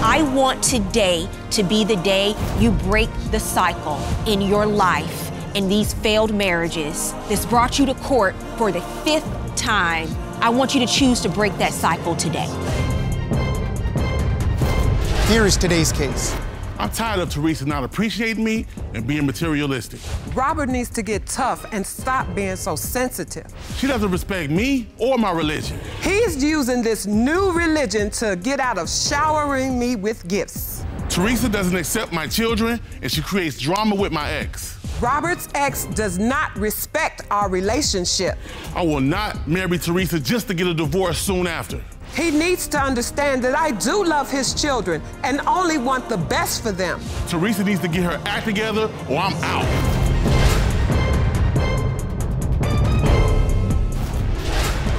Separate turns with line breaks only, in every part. I want today to be the day you break the cycle in your life in these failed marriages. This brought you to court for the fifth time. I want you to choose to break that cycle today.
Here is today's case.
I'm tired of Teresa not appreciating me and being materialistic.
Robert needs to get tough and stop being so sensitive.
She doesn't respect me or my religion.
He's using this new religion to get out of showering me with gifts.
Teresa doesn't accept my children and she creates drama with my ex.
Robert's ex does not respect our relationship.
I will not marry Teresa just to get a divorce soon after.
He needs to understand that I do love his children and only want the best for them.
Teresa needs to get her act together or I'm out.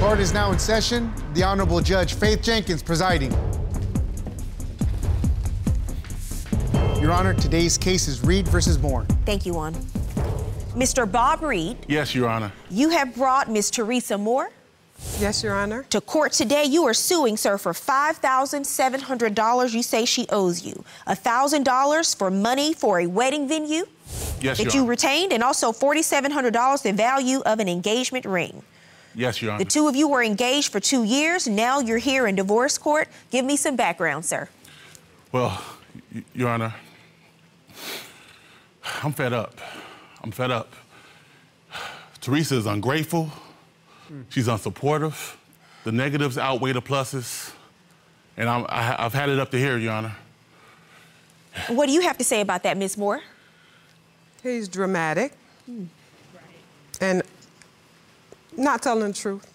Court is now in session. The Honorable Judge Faith Jenkins presiding. Your Honor, today's case is Reed versus Moore.
Thank you, Juan. Mr. Bob Reed,
Yes, Your Honor.
you have brought Miss Teresa Moore
Yes, Your Honor?
to court today. You are suing, sir, for $5,700 you say she owes you, $1,000 for money for a wedding venue
Yes,
that
Your
you
Honor.
retained, and also $4,700 the value of an engagement ring.
yes, Your Honor.
The two of you were engaged for two years. Now you're here in divorce court. Give me some background, sir.
Well, y- Your Honor, I'm fed up. I'm fed up. Teresa is ungrateful. She's unsupportive. The negatives outweigh the pluses. And I'm, I, I've had it up to here, Your Honor.
What do you have to say about that, Ms. Moore?
He's dramatic and not telling the truth.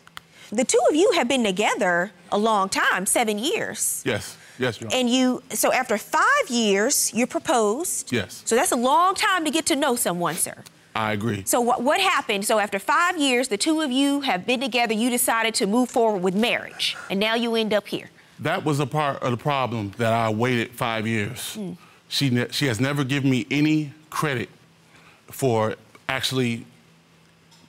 The two of you have been together a long time, seven years.
Yes, yes, Your Honor.
And you, so after five years, you proposed.
Yes.
So that's a long time to get to know someone, sir.
I agree.
So what, what happened? So after five years, the two of you have been together. You decided to move forward with marriage, and now you end up here.
That was a part of the problem that I waited five years. She, ne- she has never given me any credit for actually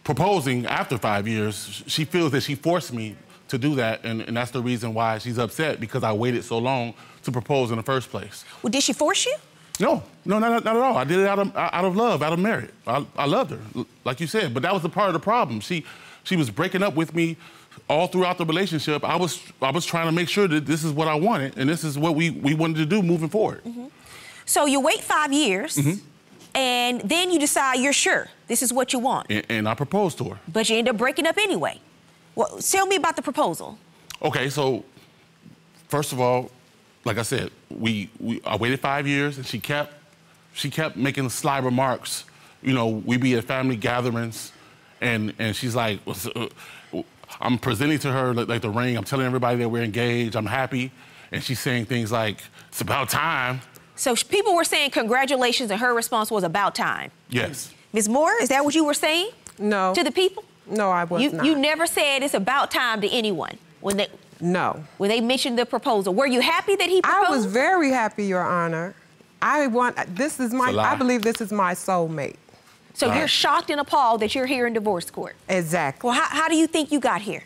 proposing after five years. She feels that she forced me to do that, and, and that's the reason why she's upset because I waited so long to propose in the first place.
Well, did she force you?
No, no, not, not at all. I did it out of, out of love, out of merit. I, I loved her, l- like you said, but that was a part of the problem. She, she was breaking up with me all throughout the relationship. I was, I was trying to make sure that this is what I wanted and this is what we, we wanted to do moving forward.
So you wait five years, and then you decide you're sure this is what you want,
And, and I proposed to her.
but you end up breaking up anyway. Well, tell me about the proposal.
Okay, so first of all, like I said, we, we I waited five years, and she kept she kept making sly remarks. You know, we be at family gatherings, and and she's like, "What's- uh, I'm presenting to her like, like the ring. I'm telling everybody that we're engaged. I'm happy, and she's saying things like, "It's about time."
So sh- people were saying congratulations, and her response was about time.
Yes.
Ms. Moore, is that what you were saying
No.
to the people?
No, I was
you,
not.
you never said it's about time to anyone when they
no.
when they mentioned the proposal. Were you happy that he proposed?
I was very happy, Your Honor. I want, this is my,
It's a lie.
I believe this is my soulmate.
so
Right.
you're shocked and appalled that you're here in divorce court.
Exactly.
Well, how, how do you think you got here?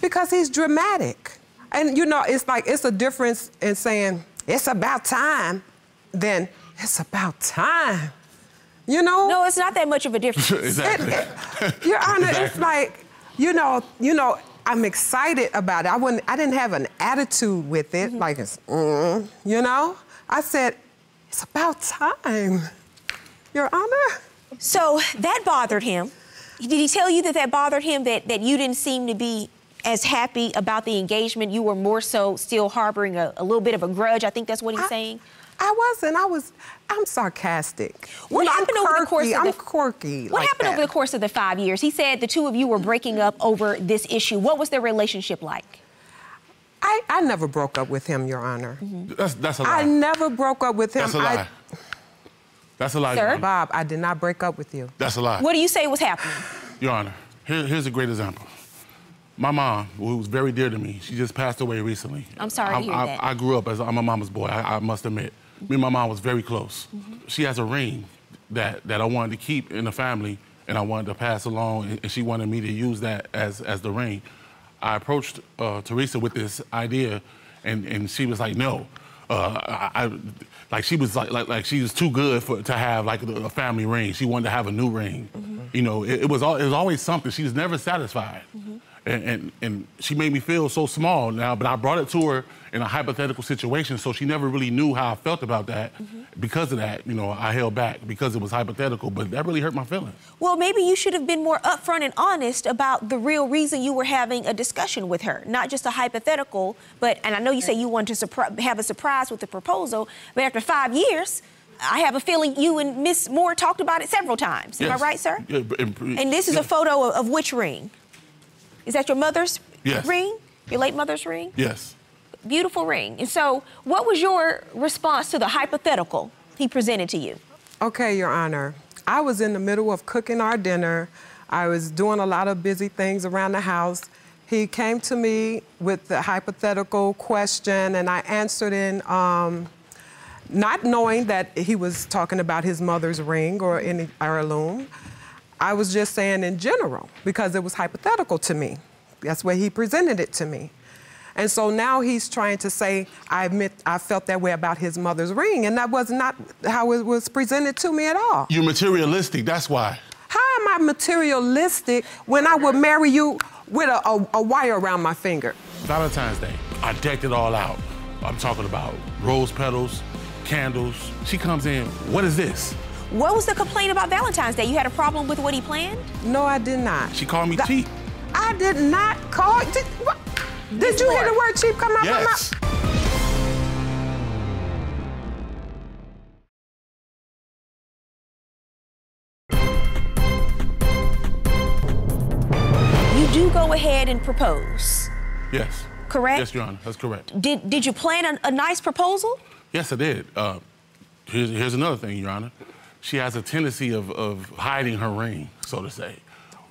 Because he's dramatic. And you know, it's like it's a difference in saying it's about time than it's about time. You know?
No, it's not that much of a difference.
exactly.
Your Honor, it's
Exactly.
like, you know, you know, I'm excited about it. I wouldn't I didn't have an attitude with it, like it's mm, you know? I said, it's about time. Your Honor?
so that bothered him. Did he tell you that that bothered him that, that you didn't seem to be as happy about the engagement? You were more so still harboring a, a little bit of a grudge. I think that's what he's
I-
saying.
I wasn't. I was. I'm sarcastic.
What
You know, I'm
happened over the course
quirky.
of
I'm
the-
quirky.
What
like
happened
that.
over the course of the five years? He said the two of you were breaking up over this issue. What was their relationship like?
I, I never broke up with him, Your Honor.
Mm-hmm.
That's that's a lie.
I never broke up with him.
that's a lie. that's a lie.
Sir?
Your
I,
Honor.
Bob, I did not break up with you.
That's a lie.
What do you say was happening?
Your Honor, here, here's a great example. My mom, who was very dear to me, she just passed away recently.
I'm sorry to
I,
hear
I,
that.
I grew up as I'm a mama's boy. I, I must admit, me and my mom was very close.
Mm-hmm.
She has a ring that that I wanted to keep in the family, and I wanted to pass along, and- and she wanted me to use that as as the ring. I approached uh, Teresa with this idea, and and she was like, no. uh, I, I- like she was like, like like she was too good for to have like a a family ring. She wanted to have a new ring.
Mm-hmm.
You know, it, it was all, it was always something. She was never satisfied,
Mm-hmm.
and, and and she made me feel so small now. But I brought it to her in a hypothetical situation, so she never really knew how I felt about that.
Mm-hmm.
Because of that, you know, I held back because it was hypothetical. But that really hurt my feelings.
Well, maybe you should have been more upfront and honest about the real reason you were having a discussion with her, not just a hypothetical. But and I know you say you wanted to surpri- have a surprise with the proposal, but after five years, I have a feeling you and Miss Moore talked about it several times. Am
Yes.
I right, sir?
Yeah, b- and-
And this is
yeah.
a photo of, of which ring? Is that your mother's
Yes.
ring? Your late mother's ring?
Yes.
Beautiful ring. And so, what was your response to the hypothetical he presented to you?
Okay, Your Honor. I was in the middle of cooking our dinner. I was doing a lot of busy things around the house. He came to me with the hypothetical question, and I answered in um, not knowing that he was talking about his mother's ring or any heirloom. I was just saying in general because it was hypothetical to me. That's where he presented it to me. And so now he's trying to say, I admit I felt that way about his mother's ring, and that was not how it was presented to me at all.
You're materialistic. That's why.
How am I materialistic when I would marry you with a, a, a wire around my finger?
Valentine's Day. I decked it all out. I'm talking about rose petals, candles. She comes in. What is this?
What was the complaint about Valentine's Day? You had a problem with what he planned?
No, I did not.
She called me
Th-
cheap.
I did not call. Did, what? did you hear the word cheap come out my mouth?
Yes.
You do go ahead and propose.
Yes.
Correct?
Yes, Your Honor. That's correct.
Did did you plan a, a nice proposal?
Yes, I did. Uh, here's, here's another thing, Your Honor. She has a tendency of, of hiding her ring, so to say.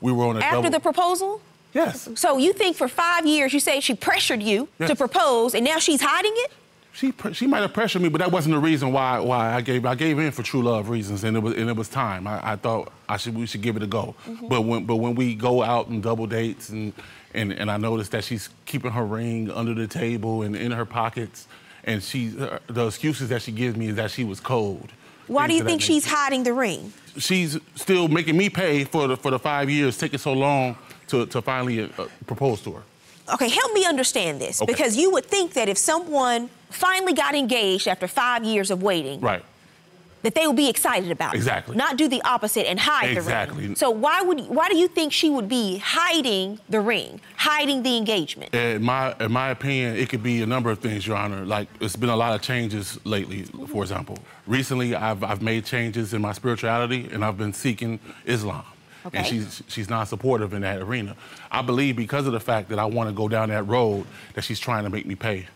We were on a
After
double.
the proposal?
yes.
So you think for five years you say she pressured you
Yes.
to propose and now she's hiding it?
She pre- she might have pressured me, but that wasn't the reason why why I gave I gave in for true love reasons, and it was and it was time. I, I thought I should we should give it a go.
Mm-hmm.
But when but when we go out and double dates and and and I noticed that she's keeping her ring under the table and in her pockets, and she her- the excuses that she gives me is that she was cold.
Why do
things
you
of that
think she's
nature.
hiding the ring?
she's still making me pay for the for the five years taking so long to to finally uh, propose to her?
Okay, help me understand this
Okay.
because you would think that if someone finally got engaged after five years of waiting,
Right.
that they would be excited about it.
Exactly.
Not do the opposite and hide the ring.
Exactly.
So why would why do you think she would be hiding the ring, hiding the engagement?
In my in my opinion, it could be a number of things, Your Honor. Like it's been a lot of changes lately. For example, recently I've I've made changes in my spirituality, and I've been seeking Islam. And
Okay.
she's she's not supportive in that arena. I believe because of the fact that I want to go down that road that she's trying to make me pay.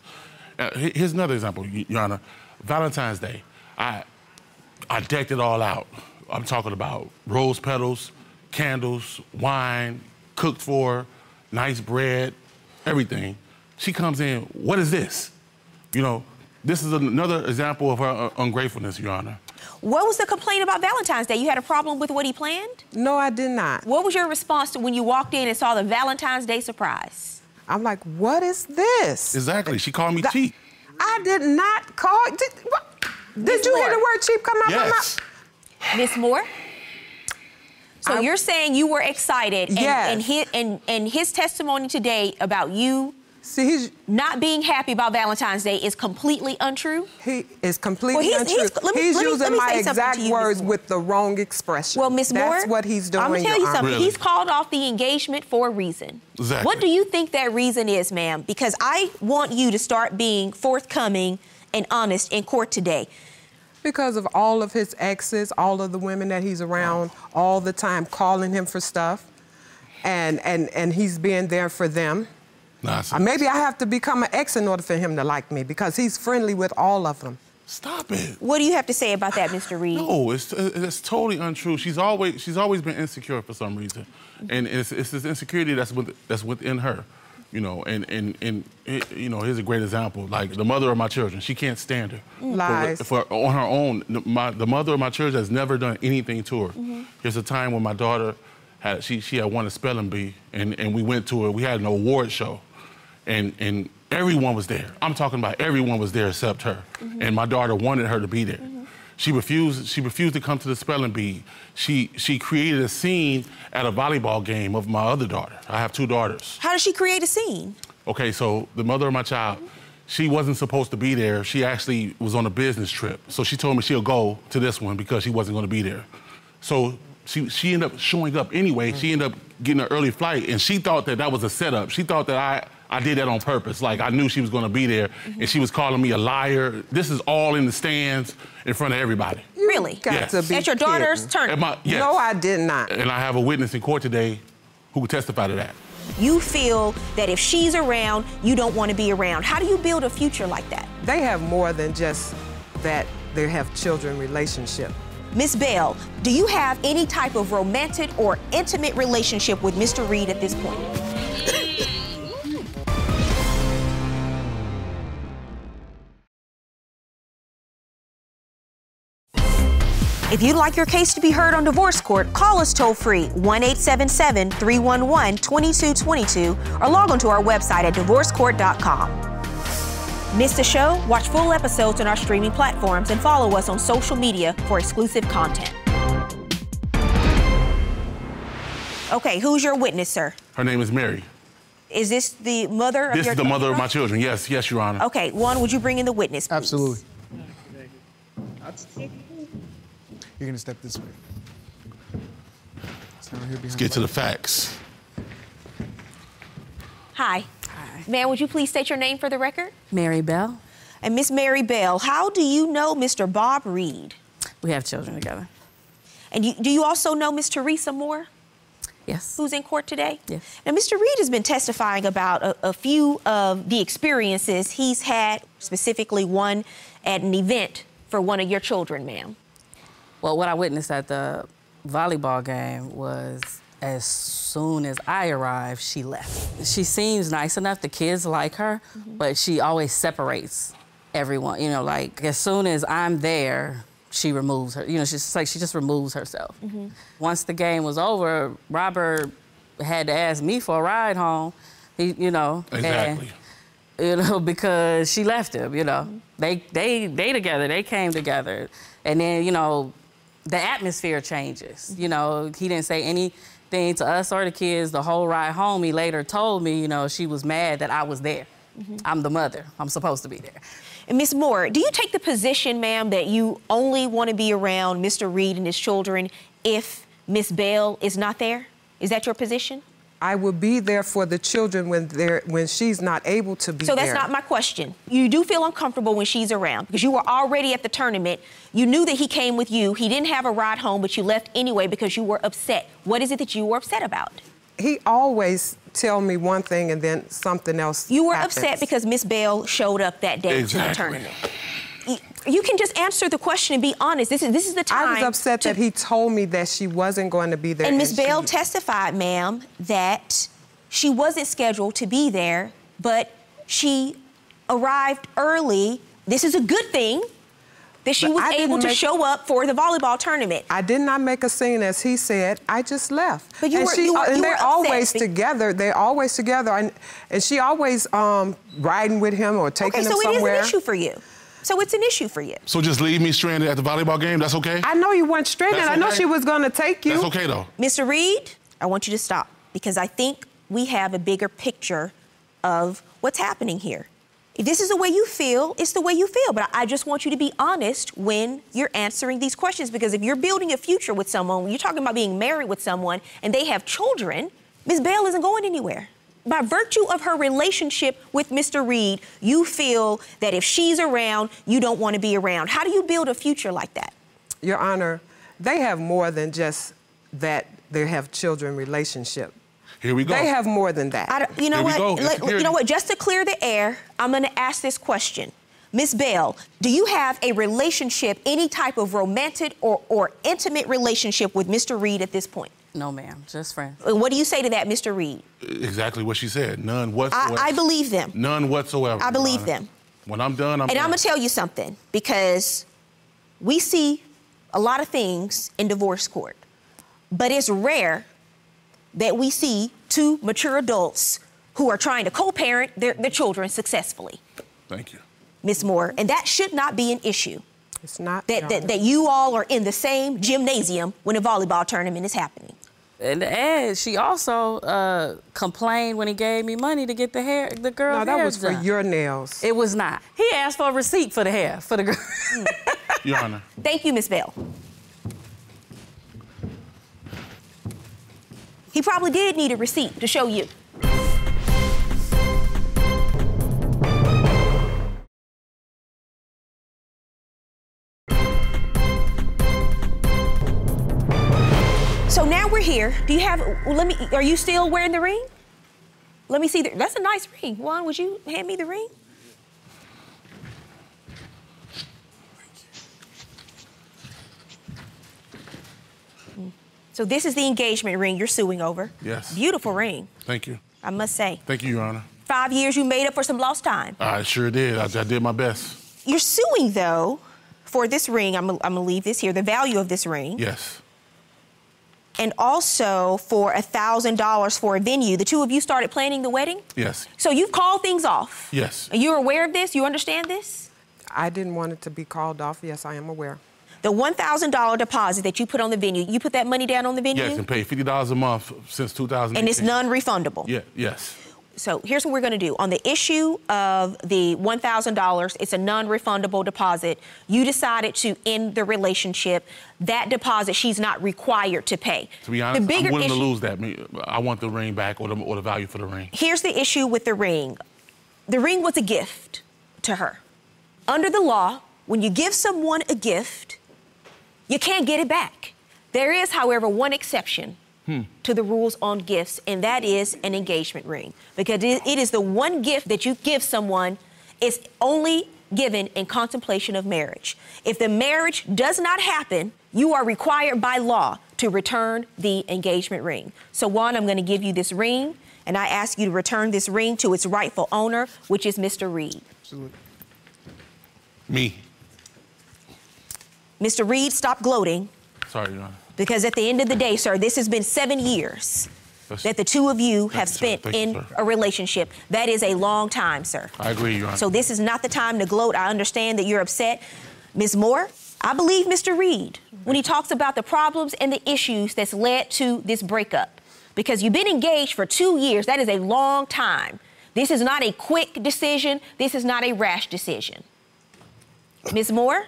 Uh, he- here's another example, Y- Your Honor. Valentine's Day, I I decked it all out. I'm talking about rose petals, candles, wine, cooked for, nice bread, everything. She comes in, what is this? You know, this is another example of her uh, ungratefulness, Your Honor.
What was the complaint about Valentine's Day? You had a problem with what he planned?
No, I did not.
What was your response to when you walked in and saw the Valentine's Day surprise?
I'm like, what is this?
Exactly. She called me
That-
cheap.
I did not call. Did, what? did you hear the
Lord.
word cheap come out my
Yes.
mouth?
Miss Moore? So
I-
you're saying you were excited and,
Yes.
and, his, and, and his testimony today about you
See, he's,
not being happy about Valentine's Day is completely untrue?
he is completely
Well, he's-
untrue.
he's- let me-
he's
let me- let
using
me
my
say something
exact
to you, Ms.
words
Moore.
with the wrong expression.
Well, Miss Moore,
That's what he's doing.
I'm gonna tell
Your
you
Honor.
something.
Really?
He's called off the engagement for a reason.
Exactly.
What do you think that reason is, ma'am? Because I want you to start being forthcoming and honest in court today.
Because of all of his exes, all of the women that he's around all the time calling him for stuff, and and and he's being there for them.
Nonsense.
Uh, Maybe I have to become an ex in order for him to like me because he's friendly with all of them.
Stop it.
What do you have to say about that, Mr. Reed?
No, it's uh, it's totally untrue. She's always she's always been insecure for some reason, and it's it's this insecurity that's with, that's within her, you know. And and and it- you know, here's a great example. Like the mother of my children, she can't stand her. For-
Lies.
For, on her own, the- my, the mother of my children has never done anything to her. There's a time when my daughter had she she had won a spelling bee, and and we went to her. We had an award show, and and Everyone was there. I'm talking about everyone was there except her. And my daughter wanted her to be there. She refused. She refused to come to the spelling bee. She she created a scene at a volleyball game of my other daughter. I have two daughters.
How does she create a scene?
Okay, so the mother of my child, she wasn't supposed to be there. She actually was on a business trip. So she told me she'll go to this one because she wasn't going to be there. So she, she ended up showing up anyway. She ended up getting an early flight, and she thought that that was a setup. She thought that I, I did that on purpose. Like I knew she was going to be there, and she was calling me a liar. This is all in the stands in front of everybody.
Really?
Got
Yes.
to be
At your daughter's
kidding.
turn.
And my, yes. Uh,
No, I did not.
and I have a witness in court today who would testify to that.
you feel that if she's around, you don't want to be around. How do you build a future like that?
They have more than just that they have children relationship.
Miss Bell, do you have any type of romantic or intimate relationship with Mr. Reed at this point? If you'd like your case to be heard on divorce court, call us toll free 1 877 311 2222 or log on to our website at divorcecourt.com. Miss the show? Watch full episodes on our streaming platforms and follow us on social media for exclusive content. Okay, who's your witness, sir?
Her name is Mary.
Is this the mother of
This
your
is the mother of my children. Yes, yes, Your Honor.
Okay, one, would you bring in the witness? please?
Absolutely. You're gonna step this way. Stand right here behind
Get to
me.
the facts.
Hi. Hi. Ma'am, would you please state your name for the record?
Mary Bell.
And Miss Mary Bell, how do you know Mr. Bob Reed?
We have children together.
And you, do you also know Miss Teresa Moore?
Yes.
who's in court today?
Yes.
Now, Mr. Reed has been testifying about a, a few of the experiences he's had, specifically one at an event for one of your children, ma'am.
Well, what I witnessed at the volleyball game was as soon as I arrived, she left. She seems nice enough. The kids like her, but she always separates everyone. You know, like as soon as I'm there, she removes her. You know, she's just like she just removes herself. Once the game was over, Robert had to ask me for a ride home. He, you know, and-
Exactly.
you know, because she left him, you know. They they they together, they came together. And then, you know, the atmosphere changes. You know, he didn't say anything to us or the kids the whole ride home. He later told me, you know, she was mad that I was there.
Mm-hmm.
I'm the mother. I'm supposed to be there.
And Miss Moore, do you take the position, ma'am, that you only want to be around Mr. Reed and his children if Miss Bell is not there? Is that your position?
I will be there for the children when they're when she's not able to be
So that's
there.
not my question. You do feel uncomfortable when she's around because you were already at the tournament. You knew that he came with you. He didn't have a ride home, but you left anyway because you were upset. What is it that you were upset about?
He always tell me one thing and then something else.
You were
happens.
upset because Miss Bell showed up that day
Exactly.
to the tournament. Y- You can just answer the question and be honest. This is this is the time.
I was upset
to-
that he told me that she wasn't going to be there.
And Miss
she-
Bell testified, ma'am, that she wasn't scheduled to be there, but she arrived early. This is a good thing that she
But
was
I didn't
able to
make-
show up for the volleyball tournament.
I did not make a scene, as he said. I just left.
But you
and
were- you were-
and
you
they're
were upset
always
be-
together. They're always together, and and she always um, riding with him or taking
okay,
him
so it is
somewhere.
an issue for you. So it's an issue for you.
So just leave me stranded at the volleyball game. That's okay.
I know you weren't stranded.
That's
I know
okay.
she was going to take you.
That's okay though.
Mr. Reed, I want you to stop because I think we have a bigger picture of what's happening here. If this is the way you feel, it's the way you feel. But I I just want you to be honest when you're answering these questions because if you're building a future with someone, when you're talking about being married with someone and they have children, Ms. Bell isn't going anywhere. By virtue of her relationship with Mr. Reed, you feel that if she's around, you don't want to be around. How do you build a future like that?
Your Honor, they have more than just that. They have children relationship.
Here we go.
They have more than that.
I don't- you know
Here we
what?
go.
Let- you
Insecurity.
know what? Just to clear the air, I'm going to ask this question. Miss Bell, do you have a relationship, any type of romantic or, or intimate relationship with Mr. Reed at this point?
No, ma'am, just friends.
And What do you say to that, Mr. Reed?
exactly what she said. None whatsoever.
I, I believe them.
None whatsoever.
I
Your
believe
Honor.
them.
When I'm done, I'm.
And
done.
I'm going to tell you something because we see a lot of things in divorce court, but it's rare that we see two mature adults who are trying to co parent their, their children successfully,
Thank you.
Ms. Moore. And that should not be an issue
It's not.
that, that, that you all are in the same gymnasium when a volleyball tournament is happening.
And, and she also uh, complained when he gave me money to get the hair, the girl's
no, that
hair
was for
done.
your nails.
It was not. He asked for a receipt for the hair for the girl.
Your Honor.
Thank you, Ms. Bell. He probably did need a receipt to show you. So now we're here. Do you have? Let me. Are you still wearing the ring? Let me see. The, that's a nice ring. Juan, would you hand me the ring? So this is the engagement ring you're suing over.
Yes.
Beautiful ring,
Thank you.
I must say.
Thank you, Your Honor.
Five years you made up for some lost time.
I sure did. I, I did my best.
You're suing though for this ring. I'm, I'm gonna leave this here. The value of this ring,
Yes.
and also for a thousand dollars for a venue. The two of you started planning the wedding.
Yes.
So you've called things off.
Yes.
Are you aware of this? You understand this?
I didn't want it to be called off. Yes, I am aware.
The $1,000 deposit that you put on the venue, you put that money down on the venue?
Yes, and pay fifty dollars a month since two thousand.
and it's non refundable.
Yeah. Yes.
So here's what we're going to do. On the issue of the $1,000, it's a non refundable deposit. You decided to end the relationship. That deposit, she's not required to pay.
To be honest,
the bigger
I'm willing
issue,
to lose that. Me- I want the ring back or the, or the value for the ring.
Here's the issue with the ring the ring was a gift to her. Under the law, when you give someone a gift, you can't get it back. There is, however, one exception to the rules on gifts, and that is an engagement ring. Because it- it is the one gift that you give someone, it's only given in contemplation of marriage. If the marriage does not happen, you are required by law to return the engagement ring. So, Juan, I'm going to give you this ring, and I ask you to return this ring to its rightful owner, which is Mr. Reed.
Me.
Mr. Reed, stop gloating.
Sorry, Your Honor.
Because at the end of the day, sir, this has been seven years
That's-
that the two of you have
you, sir.
spent
Thank you,
in
sir.
a relationship. That is a long time, sir.
I agree, Your Honor.
So this is not the time to gloat. I understand that you're upset. Ms. Moore, I believe Mr. Reed when he talks about the problems and the issues that's led to this breakup. Because you've been engaged for two years, that is a long time. This is not a quick decision, this is not a rash decision. Ms. Moore?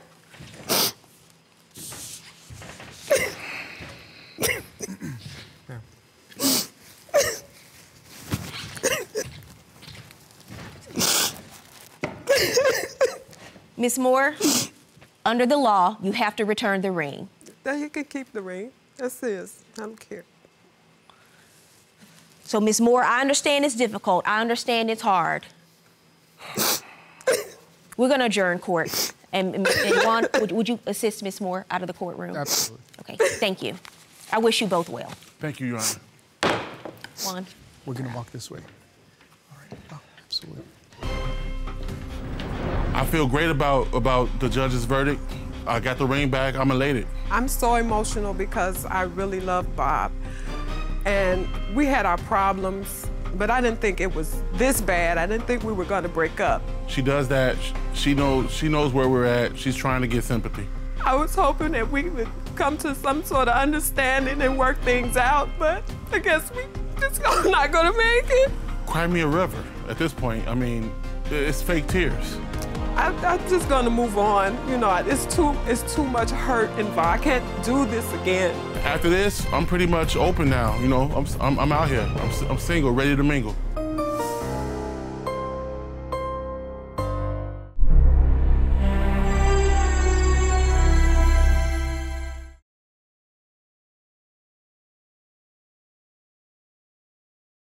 Ms. Moore, under the law, you have to return the ring.
Now you can keep the ring. That's his. I don't care.
So, Ms. Moore, I understand it's difficult. I understand it's hard. We're going to adjourn court. And, and Juan, would, would you assist Ms. Moore out of the courtroom?
Absolutely.
Okay, thank you. I wish you both well.
Thank you, Your Honor.
Juan.
We're gonna walk this way. All right. Oh, absolutely.
I feel great about about the judge's verdict. I got the ring back. I'm elated.
I'm so emotional because I really love Bob. And we had our problems, but I didn't think it was this bad. I didn't think we were going to break up.
She does that. Sh- She knows. She knows where we're at. She's trying to get sympathy.
I was hoping that we would come to some sort of understanding and work things out, but I guess we just not going to make it.
Cry me a river. At this point, I mean, it's fake tears.
I, I'm just going to move on. You know, it's too it's too much hurt involved. I can't do this again.
After this, I'm pretty much open now. You know, I'm I'm, I'm out here. I'm, s- I'm single, ready to mingle.